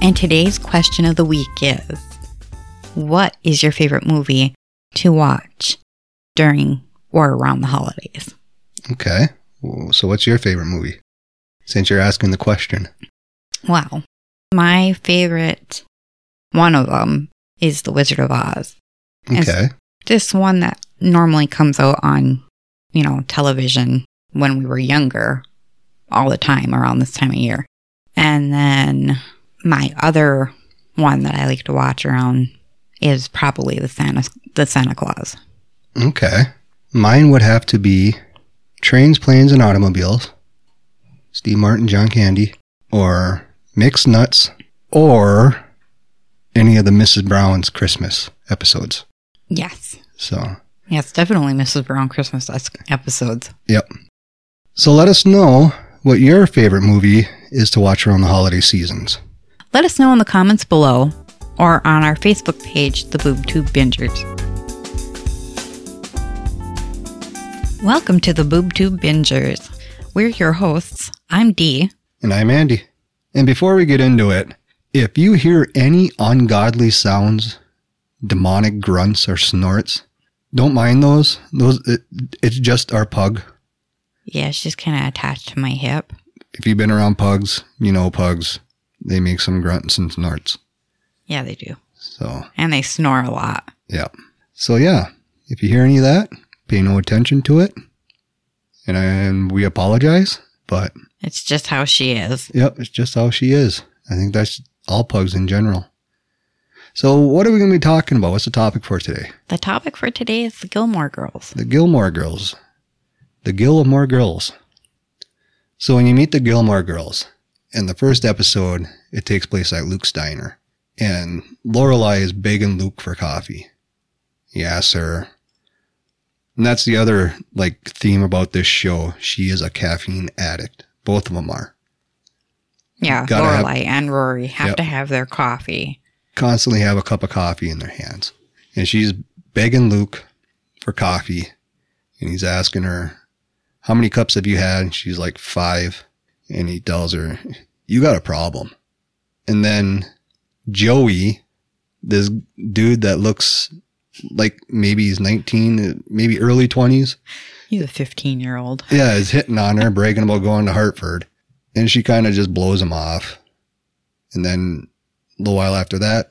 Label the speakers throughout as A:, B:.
A: And today's question of the week is What is your favorite movie to watch during or around the holidays?
B: Okay. Well, So, what's your favorite movie? Since you're asking the question.
A: Wow. My favorite one of them is The Wizard of Oz. Yes.
B: Okay.
A: This one that normally comes out on, you know, television when we were younger all the time around this time of year. And then my other one that I like to watch around is probably the Santa the Santa Claus.
B: Okay. Mine would have to be Trains, Planes, and Automobiles, Steve Martin, John Candy, or Mixed Nuts, or any of the Mrs. Brown's Christmas episodes.
A: Yes.
B: So,
A: Yes, definitely Mrs. Brown Christmas es- episodes.
B: yep. So, let us know what your favorite movie is to watch around the holiday seasons.
A: Let us know in the comments below or on our Facebook page, The Boob Tube Bingers. Welcome to The Boob Tube Bingers. We're your hosts. I'm Dee.
B: And I'm Andy. And before we get into it, if you hear any ungodly sounds, demonic grunts or snorts, don't mind those. Those it, it's just our pug.
A: Yeah, she's kind of attached to my hip.
B: If you've been around pugs, you know pugs. They make some grunts and snorts.
A: Yeah, they do.
B: So,
A: And they snore a lot.
B: yeah. So, yeah, if you hear any of that, pay no attention to it. And, and we apologize, but
A: It's just how she is.
B: Yep, it's just how she is. I think that's all pugs in general. So, what are we going to be talking about? What's the topic for today?
A: The topic for today is the Gilmore Girls.
B: The Gilmore Girls. The Gilmore Girls. So, when you meet the Gilmore Girls, in the first episode, it takes place at Luke's diner, and Lorelai is begging Luke for coffee. Yeah, sir. And that's the other like theme about this show. She is a caffeine addict. Both of them are.
A: Yeah,
B: Gotta have-
A: Lorelai and Rory have
B: Yep.
A: to have their coffee.
B: constantly have a cup of coffee in their hands. And she's begging Luke for coffee. And he's asking her, How many cups have you had? And she's like, Five. And he tells her, You got a problem. And then Joey, this dude that looks like maybe he's 19, maybe early 20s,
A: He's a 15 year old.
B: yeah, is hitting on her, bragging about going to Hartford. And she kind of just blows him off. And then a little while after that,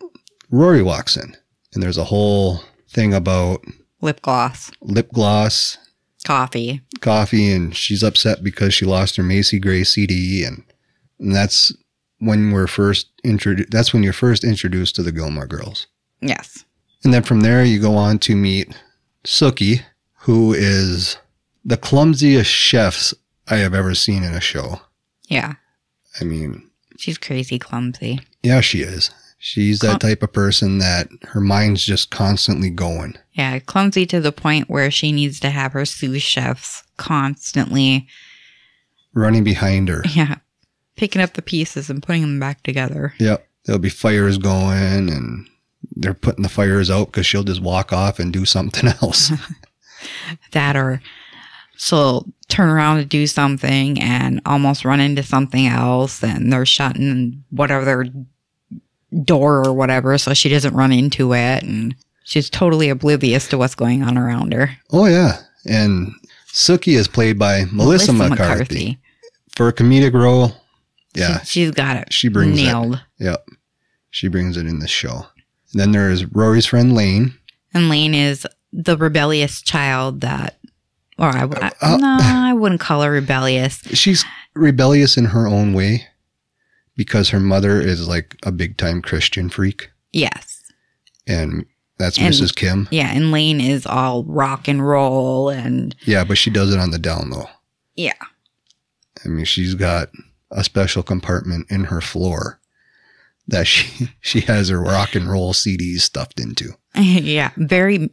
B: Rory walks in. And there's a whole thing about
A: Lip gloss,
B: lip gloss,
A: coffee.
B: coffee, and she's upset because she lost her Macy Gray CD. And, and that's when we're first introduced. That's when you're first introduced to the Gilmore Girls.
A: Yes.
B: And then from there, you go on to meet Suki, who is the clumsiest chefs I have ever seen in a show.
A: Yeah.
B: I mean,
A: She's crazy clumsy.
B: yeah, she is. She's that type of person that her mind's just constantly going.
A: Yeah, clumsy to the point where she needs to have her sous chefs constantly,
B: running behind her.
A: yeah, picking up the pieces and putting them back together.
B: Yep. There'll be fires going and they're putting the fires out because she'll just walk off and do something else.
A: That or she'll turn around to do something and almost run into something else, and they're shutting whatever door or whatever, so she doesn't run into it, and she's totally oblivious to what's going on around her.
B: oh, yeah. And Suki is played by Melissa, McCarthy. For a comedic role, yeah,
A: she, has got it
B: she brings it.
A: nailed.
B: Yep. She brings it in this show. then there is Rory's friend Lane.
A: And Lane is the rebellious child that, or I, w- I-
B: Uh, uh.
A: no, I wouldn't call her rebellious.
B: She's rebellious in her own way because her mother is like a big time Christian freak.
A: Yes.
B: and that's
A: And-
B: Mrs. Kim.
A: Yeah. And Lane is all rock and roll. And
B: Yeah, but she does it on the down low.
A: yeah.
B: I mean, she's got a special compartment in her floor that she she has her rock and roll CDs stuffed into.
A: yeah. Very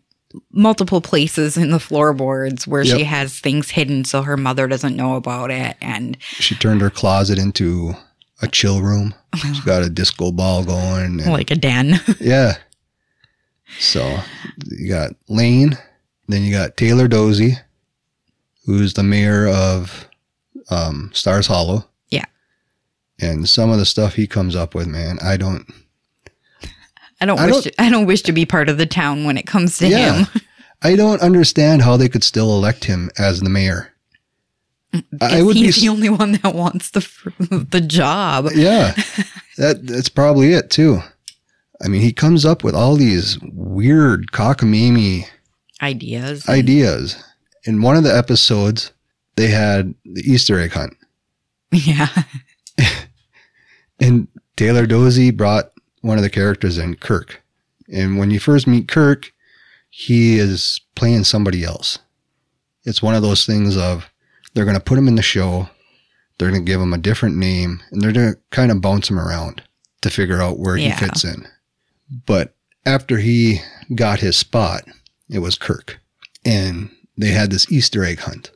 A: multiple places in the floorboards where she
B: Yep.
A: has things hidden so her mother doesn't know about it. And
B: She turned her closet into a chill room. She's got a disco ball going. And,
A: like a den.
B: yeah. So you got Lane, then you got Taylor Dozy, who's the mayor of um, Stars Hollow.
A: Yeah.
B: And some of the stuff he comes up with, man, I don't.
A: I don't
B: I
A: wish
B: don't-
A: to, I don't wish to be part of the town when it comes to
B: Yeah.
A: him.
B: I don't understand how they could still elect him as the mayor. I would
A: Mm, he's
B: be.
A: the only one that wants the fr- the job.
B: yeah, that that's probably it too. I mean, he comes up with all these weird cockamamie
A: Ideas. and-
B: ideas. In one of the episodes, they had the Easter egg hunt,
A: yeah.
B: and Taylor Dozy brought one of the characters in, Kirk. And when you first meet Kirk, he is playing somebody else. It's one of those things of they're going to put him in the show, they're going to give him a different name, and they're going to kind of bounce him around to figure out where
A: Yeah.
B: he fits in. But after he got his spot, it was Kirk. And they had this Easter egg hunt.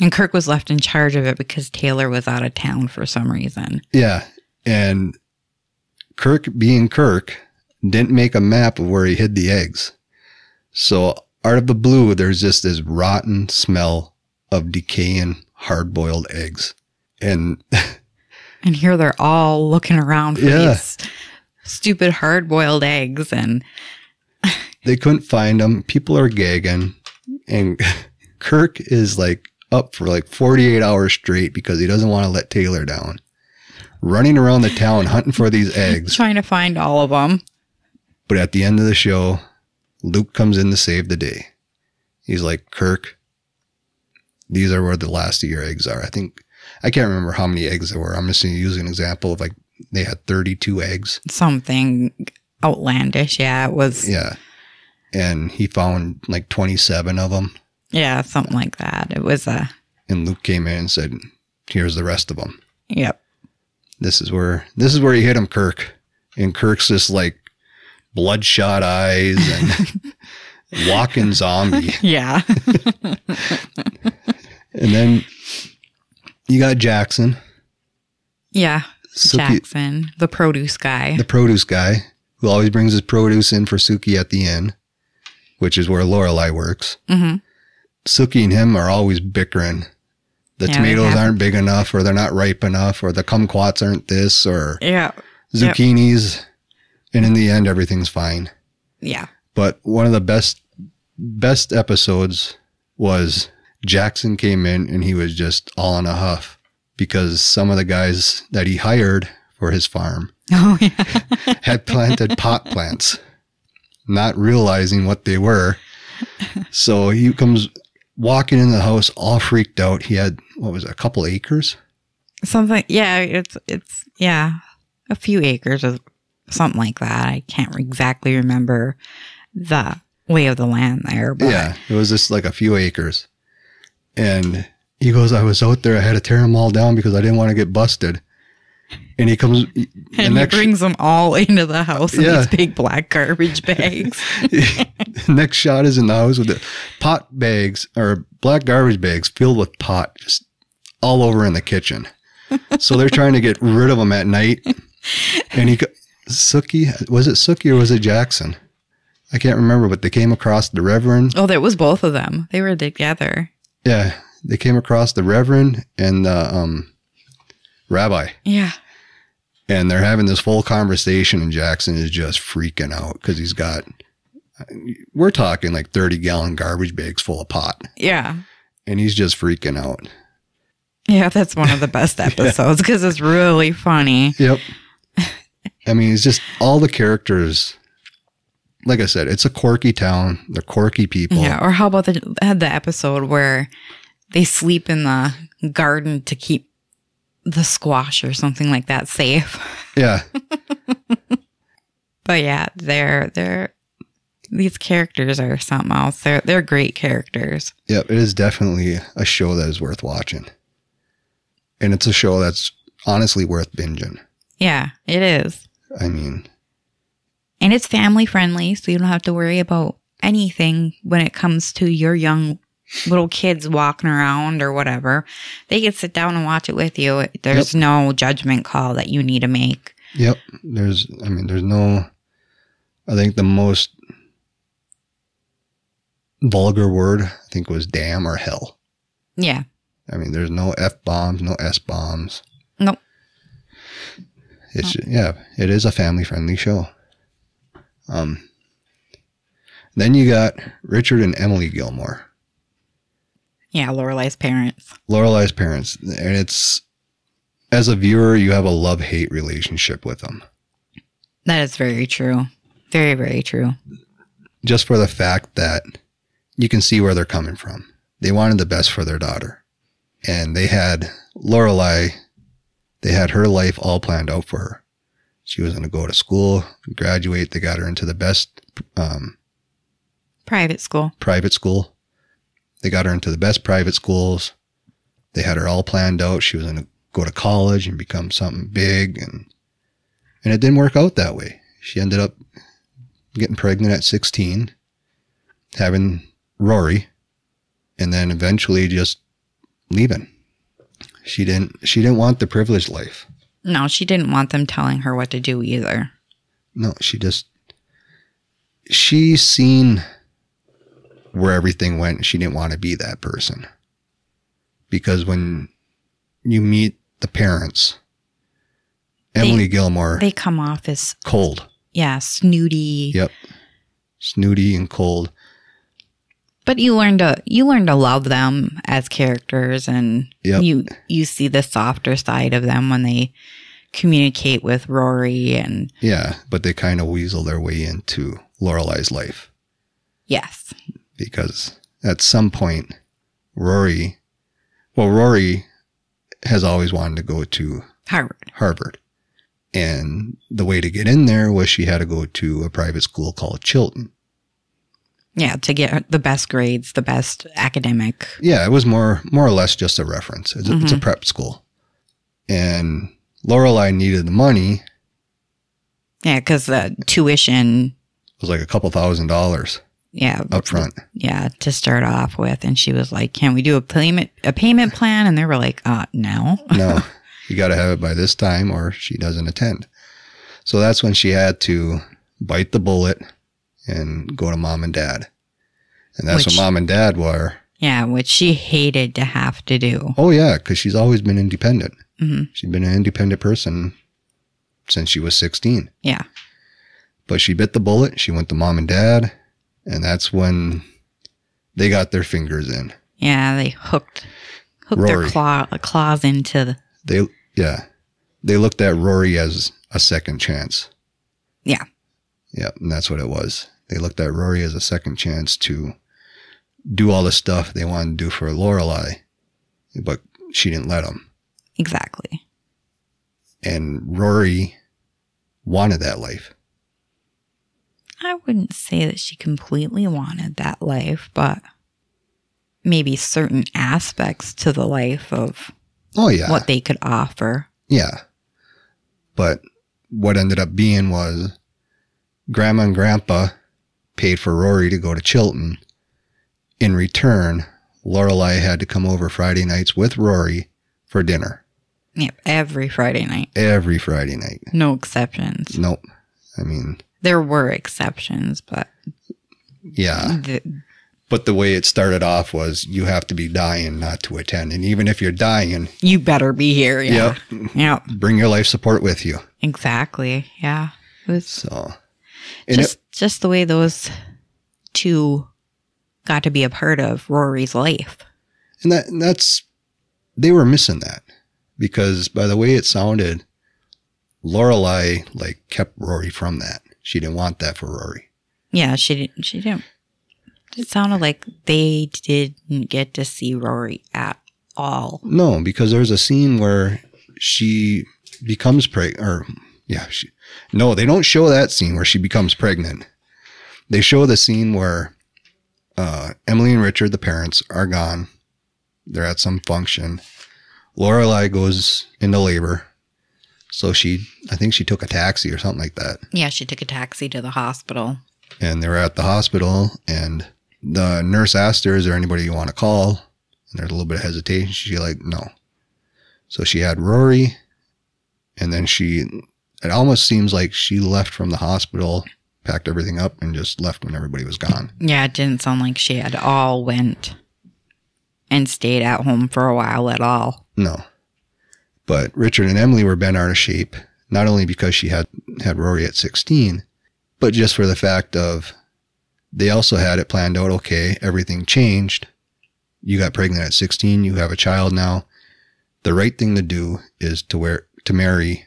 A: And Kirk was left in charge of it because Taylor was out of town for some reason.
B: Yeah. And Kirk being Kirk didn't make a map of where he hid the eggs. So out of the blue, there's just this rotten smell of decaying hard boiled eggs. And
A: And here they're all looking around for
B: Yeah.
A: these stupid hard boiled eggs and
B: they couldn't find them. People are gagging. And Kirk is like up for like 48 hours straight because he doesn't want to let Taylor down. Running around the town hunting for these eggs.
A: trying to find all of them.
B: But at the end of the show, Luke comes in to save the day. He's like, Kirk, these are where the last of your eggs are. I think, I can't remember how many eggs there were. I'm just going to use an example of like they had 32 eggs.
A: Something outlandish. Yeah, it was. Yeah,
B: Yeah. And he found like 27 of them.
A: something like that. It was a.
B: And Luke came in and said, Here's the rest of them.
A: Yep.
B: This is where, this is where he hit him, Kirk. And Kirk's just like bloodshot eyes and walking zombie.
A: Yeah.
B: And then you got Jackson,
A: yeah.
B: Suki,
A: Jackson, the produce guy.
B: the produce guy, who always brings his produce in for Suki at the inn, which is where Lorelai works.
A: hmm
B: Suki and him are always bickering.
A: Yeah,
B: The
A: they
B: tomatoes
A: have.
B: aren't big enough, or they're not ripe enough, or the kumquats aren't this, or
A: Yeah. Yep.
B: zucchinis. And in the end, everything's fine.
A: Yeah.
B: But one of the best best episodes was Jackson came in and he was just all in a huff because some of the guys that he hired for his farm
A: Oh, yeah.
B: had planted pot plants, not realizing what they were. So he comes walking in the house all freaked out. He had what was it, a couple acres?
A: Something. Yeah. It's, it's, yeah. A few acres of something like that. I can't exactly remember the lay of the land there. But
B: Yeah, it was just like a few acres. And he goes, I was out there. I had to tear them all down because I didn't want to get busted. And he comes the
A: And he
B: next
A: brings them all into the house in
B: Yeah.
A: these big black garbage bags.
B: next shot is in the house with the pot bags or black garbage bags filled with pot just all over in the kitchen. So they're trying to get rid of them at night. And he, co- Suki, was it Suki or was it Jackson? I can't remember, but they came across the Reverend.
A: oh, that was both of them. They were together.
B: Yeah, they came across the Reverend and the um, Rabbi.
A: Yeah.
B: and they're having this full conversation and jackson is just freaking out because he's got we're talking like 30 gallon garbage bags full of pot
A: Yeah.
B: and he's just freaking out
A: Yeah, that's one of the best episodes because it's really funny.
B: yep i mean it's just all the characters like i said it's a quirky town they're quirky people
A: Yeah. Or how about the had the episode where they sleep in the garden to keep the squash or something like that safe.
B: yeah
A: But yeah, they're they're these characters are something else. They're they're great characters.
B: yep it is definitely a show that is worth watching and it's a show that's honestly worth binging
A: Yeah, it is.
B: i mean
A: And it's family friendly, so you don't have to worry about anything when it comes to your young little kids walking around or whatever. They can sit down and watch it with you. There's no judgment call that you need to make.
B: Yep. There's, I mean, there's no, I think the most vulgar word, I think, was damn or hell.
A: Yeah.
B: I mean, there's no F bombs, no S bombs.
A: Nope.
B: It's ju- yeah, it is a family friendly show. Um, then you got Richard and Emily Gilmore,
A: Yeah, Lorelai's parents.
B: Lorelai's parents, and it's as a viewer you have a love hate relationship with them.
A: That is very true. Very, very true.
B: just for the fact that you can see where they're coming from. They wanted the best for their daughter, and they had Lorelai. They had her life all planned out for her. She was going to go to school, graduate. They got her into the best um,
A: Private school.
B: private school. They got her into the best private schools. They had her all planned out. She was going to go to college and become something big, and and it didn't work out that way. She ended up getting pregnant at sixteen, having Rory, and then eventually just leaving. She didn't. She didn't want the privileged life.
A: No, she didn't want them telling her what to do either.
B: No, she just she seen where everything went. and She didn't want to be that person because when you meet the parents, Emily Gilmore,
A: They come off as,
B: cold,
A: yeah, snooty.
B: yep, snooty and cold.
A: But you learn to you learn to love them as characters and
B: Yep.
A: you you see the softer side of them when they communicate with Rory and
B: Yeah, but they kind of weasel their way into Lorelai's life
A: yes.
B: because at some point, Rory, well, Rory has always wanted to go to
A: Harvard.
B: Harvard. And the way to get in there was she had to go to a private school called Chilton.
A: Yeah, to get the best grades, the best academic.
B: Yeah, it was more more or less just a reference. It's, a- it's a prep school. And Lorelai needed the money. It
A: Yeah, because the tuition,
B: was like a couple thousand dollars
A: yeah,
B: up front.
A: yeah, to start off with. And she was like, "Can we do a payment a payment plan?" And they were like, "Uh, no."
B: No, you got to have it by this time or she doesn't attend. So that's when she had to bite the bullet and go to mom and dad. And that's
A: Which-
B: what mom and dad were.
A: Yeah, which she hated to have to do.
B: Oh yeah, because she's always been independent.
A: Mhm.
B: She's been an independent person since she was sixteen.
A: Yeah,
B: But she bit the bullet. She went to mom and dad, and that's when they got their fingers in.
A: yeah, they hooked hooked their
B: Rory.
A: claw claws into the
B: They yeah, they looked at Rory as a second chance.
A: yeah
B: Yeah, and that's what it was. They looked at Rory as a second chance to do all the stuff they wanted to do for Lorelai, but she didn't let them.
A: exactly.
B: And Rory wanted that life.
A: I wouldn't say that she completely wanted that life, but maybe certain aspects to the life of
B: Oh yeah,
A: what they could offer.
B: Yeah. But what ended up being was grandma and grandpa paid for Rory to go to Chilton. In return, Lorelei had to come over Friday nights with Rory for dinner
A: Yep, every Friday night,
B: every Friday night.
A: no exceptions.
B: Nope. I mean,
A: There were exceptions, but
B: yeah.
A: the,
B: But the way it started off was you have to be dying not to attend. And even if you're dying,
A: you better be here. Yeah. Yep.
B: bring your life support with you.
A: Exactly. Yeah. It was
B: So, and
A: just just the way those two got to be a part of Rory's life.
B: And that and that's they were missing that because by the way it sounded, Lorelai like kept Rory from that. She didn't want that for Rory.
A: Yeah, she didn't. She didn't. It sounded like they didn't get to see Rory at all.
B: No, because there's a scene where she becomes pregnant. Or yeah, she, no, they don't show that scene where she becomes pregnant. They show the scene where uh, Emily and Richard, the parents, are gone. They're at some function. Lorelai goes into labor, so she, I think she took a taxi or something like that,
A: Yeah, she took a taxi to the hospital.
B: and they were at the hospital. And the nurse asked her, "Is there anybody you want to call?" And there's a little bit of hesitation. She like, "No." So she had Rory, and then she. It almost seems like she left from the hospital, packed everything up, and just left when everybody was gone.
A: Yeah, it didn't sound like she at all went and stayed at home for a while at all.
B: No. But Richard and Emily were bent out of shape Not only because she had had Rory at 16, but just for the fact of they also had it planned out. Okay, everything changed. You got pregnant at 16. You have a child now. The right thing to do is to wear to marry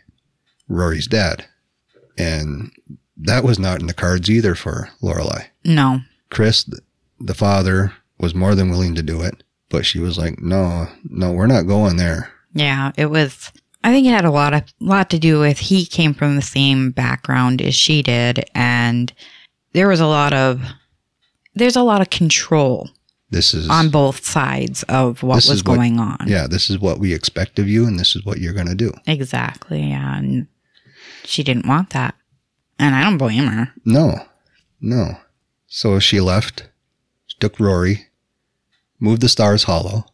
B: Rory's dad, and that was not in the cards either for Lorelai.
A: No.
B: Chris, th- the father, was more than willing to do it, but she was like, "No, no, we're not going there."
A: Yeah, it was. I think it had a lot of lot to do with he came from the same background as she did, and there was a lot of there's a lot of control
B: This is
A: on both sides of what
B: This
A: was
B: is what-
A: going on.
B: yeah, this is what we expect of you, and this is what you're going to do.
A: Exactly. Yeah, and she didn't want that, and I don't blame her.
B: No, no. So she left, took Rory, moved to Stars Hollow,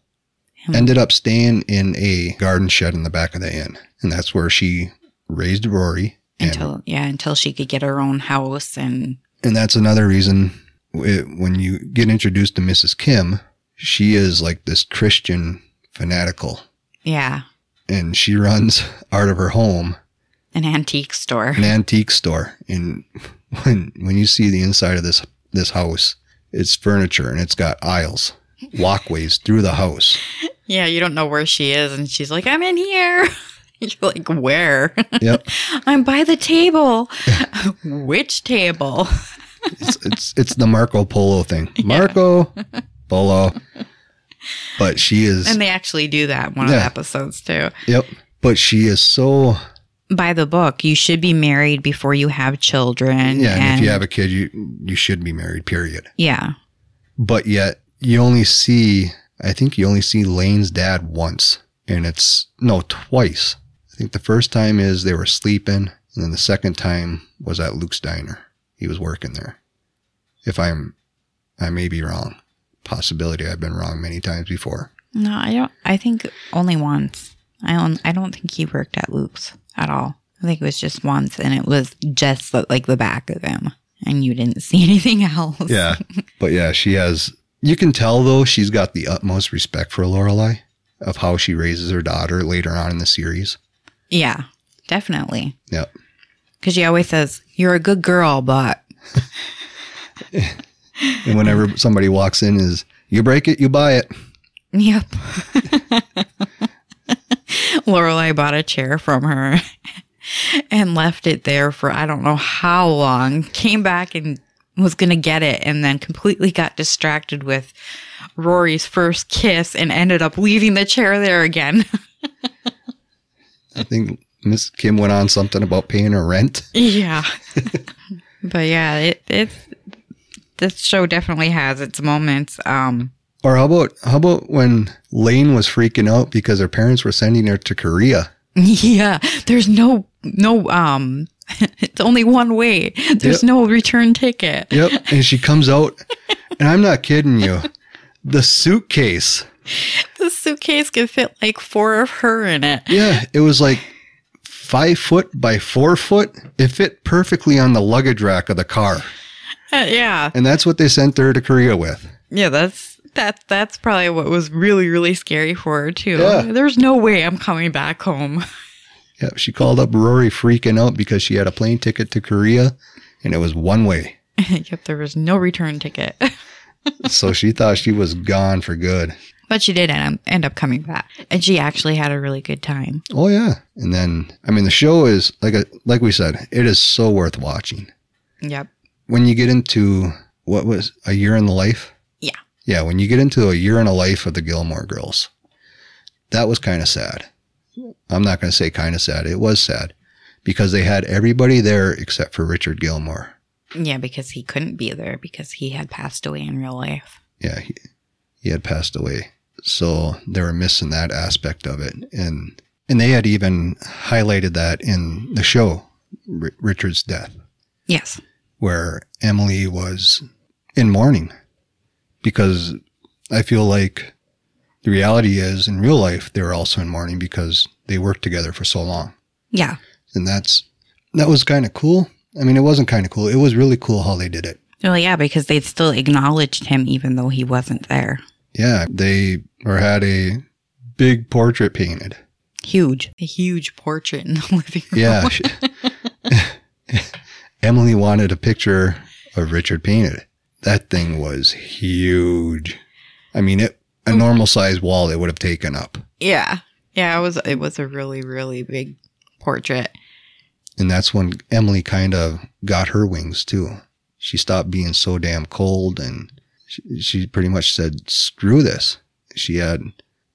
A: Hmm.
B: ended up staying in a garden shed in the back of the inn, and that's where she raised Rory. and-
A: Until yeah, until she could get her own house and
B: and that's another reason it, when you get introduced to Mrs. Kim, she is like this Christian fanatical,
A: yeah,
B: and she runs out of her home
A: an antique store.
B: an antique store and when when you see the inside of this this house it's furniture and it's got aisles walkways through the house
A: Yeah, you don't know where she is, and she's like, "I'm in here." You're like, "Where?"
B: yep
A: I'm by the table. Which table?
B: it's it's, it's the marco polo thing marco polo but she is
A: And they actually do that in one of
B: Yeah.
A: the episodes too.
B: yep but she is so
A: By the book, you should be married before you have children.
B: yeah and if you have a kid you you should be married period
A: yeah,
B: but yet you only see i think you only see lane's dad once and it's no twice i think the first time is they were sleeping and then the second time was at luke's diner he was working there if i'm i may be wrong possibility i've been wrong many times before
A: no, I don't. I think only once. I don't. I don't think he worked at Luke's at all. I think it was just once, and it was just the, like the back of him, and you didn't see anything else.
B: yeah but yeah she has you can tell though she's got the utmost respect for lorelei of how she raises her daughter later on in the series
A: yeah, definitely.
B: yep
A: Because she always says, "You're a good girl," but
B: and whenever somebody walks in is you break it you buy it
A: Yep. Lorelai bought a chair from her and left it there for I don't know how long. Came back and was going to get it and then completely got distracted with Rory's first kiss and ended up leaving the chair there again.
B: I think Miss Kim went on something about paying her rent.
A: yeah. but yeah, it it's this show definitely has its moments. Um
B: Or how about how about when Lane was freaking out because her parents were sending her to Korea?
A: Yeah, there's no no um it's only one way. There's
B: Yep.
A: no return ticket.
B: Yep. And she comes out and I'm not kidding you. The suitcase.
A: The suitcase could fit like four of her in it.
B: Yeah. It was like five foot by four foot. It fit perfectly on the luggage rack of the car.
A: Uh, yeah.
B: And that's what they sent her to Korea with.
A: Yeah, that's that that's probably what was really really scary for her too.
B: Yeah.
A: There's no way I'm coming back home.
B: Yep. She called up Rory freaking out because she had a plane ticket to Korea and it was one way.
A: yep, there was no return ticket.
B: so she thought she was gone for good.
A: but she did end up, end up coming back. And she actually had a really good time.
B: Oh yeah, and then I mean the show is like a, like we said, it is so worth watching.
A: Yep.
B: When you get into what was a year in the life?
A: Yeah.
B: Yeah, when you get into a year in a life of the Gilmore Girls, that was kind of sad. I'm not going to say kind of sad. It was sad because they had everybody there except for Richard Gilmore.
A: Yeah, because he couldn't be there because he had passed away in real life.
B: Yeah, he, he had passed away, so they were missing that aspect of it, and and they had even highlighted that in the show, R- Richard's death.
A: Yes.
B: where Emily was in mourning because I feel like the reality is in real life they were also in mourning because they worked together for so long.
A: Yeah.
B: And that's that was kind of cool. I mean, it wasn't kind of cool. It was really cool how they did it.
A: Well, yeah, because they still acknowledged him even though he wasn't there.
B: Yeah, they or had a big portrait painted
A: Huge. A huge portrait in the living room.
B: Yeah. she- Emily wanted a picture of Richard painted. That thing was huge. I mean, it a normal size wall it would have taken up.
A: Yeah. Yeah, it was it was a really, really big portrait.
B: And that's when Emily kind of got her wings too. She stopped being so damn cold and she, she pretty much said, screw this. She had,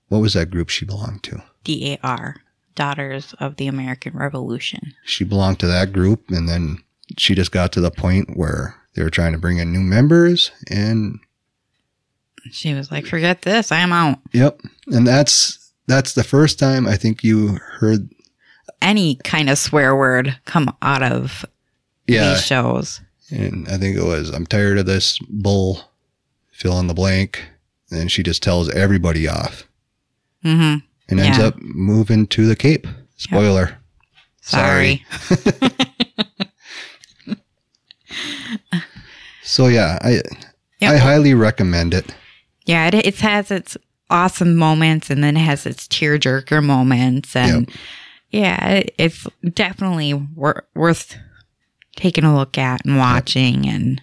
B: what was that group she belonged to?
A: DAR, Daughters of the American Revolution.
B: She belonged to that group. And then she just got to the point where they were trying to bring in new members. And
A: She was like, Forget this, I'm out.
B: yep. And that's, that's the first time I think you heard.
A: Any kind of swear word come out of
B: Yeah.
A: these shows.
B: And I think it was, I'm tired of this bull, fill in the blank. And then she just tells everybody off.
A: hmm
B: and ends
A: Yeah.
B: up moving to the Cape. Spoiler.
A: Sorry.
B: So yeah, I
A: Yeah.
B: I highly recommend it.
A: Yeah, it, it has its awesome moments and then it has its tearjerker moments. And yeah, it, it's definitely wor- worth taking a look at and watching. And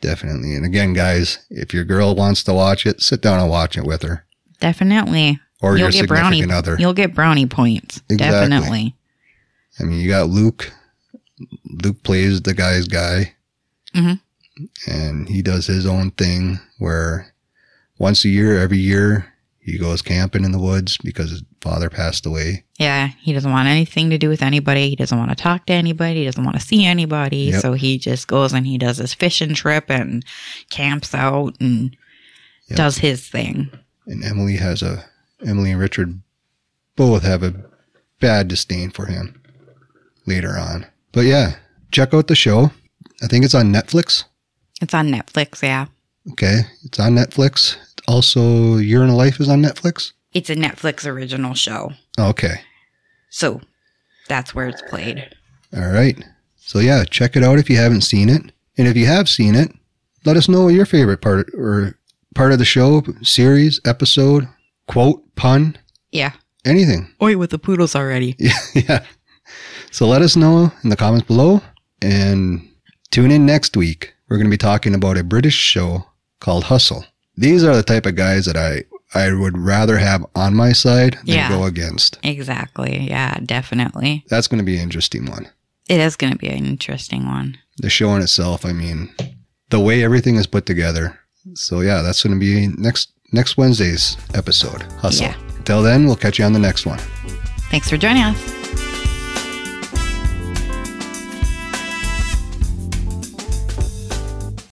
B: Definitely. And again, guys, if your girl wants to watch it, sit down and watch it with her
A: definitely,
B: or your
A: you'll get brownie,
B: significant other.
A: you'll get brownie points.
B: Exactly.
A: Definitely.
B: I mean, you got Luke. Luke plays the guy's guy.
A: Mhm.
B: And he does his own thing where once a year, every year, he goes camping in the woods because his father passed away.
A: Yeah, he doesn't want anything to do with anybody. He doesn't want to talk to anybody. He doesn't want to see anybody.
B: Yep.
A: So he just goes and he does his fishing trip and camps out and
B: Yep.
A: does his thing.
B: And Emily has a, Emily and Richard both have a bad disdain for him later on. But yeah, check out the show. I think it's on Netflix.
A: It's on Netflix. Yeah.
B: Okay. It's on Netflix. Also, Year in a Life is on Netflix.
A: It's a Netflix original show.
B: Okay.
A: So that's where it's played.
B: All right. So yeah, check it out if you haven't seen it. And if you have seen it, let us know what your favorite part or part of the show, series, episode, quote, pun,
A: Yeah.
B: anything.
A: Oi, with the poodles already.
B: Yeah, yeah. So let us know in the comments below and tune in next week. We're going to be talking about a British show called Hustle. These are the type of guys that I I would rather have on my side than
A: Yeah.
B: go against.
A: Exactly. Yeah, definitely.
B: That's going to be an interesting one.
A: It is going to be an interesting one.
B: The show in itself, I mean, the way everything is put together. So yeah, that's going to be next next Wednesday's episode. Hustle.
A: Yeah.
B: Till then, we'll catch you on the next one.
A: Thanks for joining us.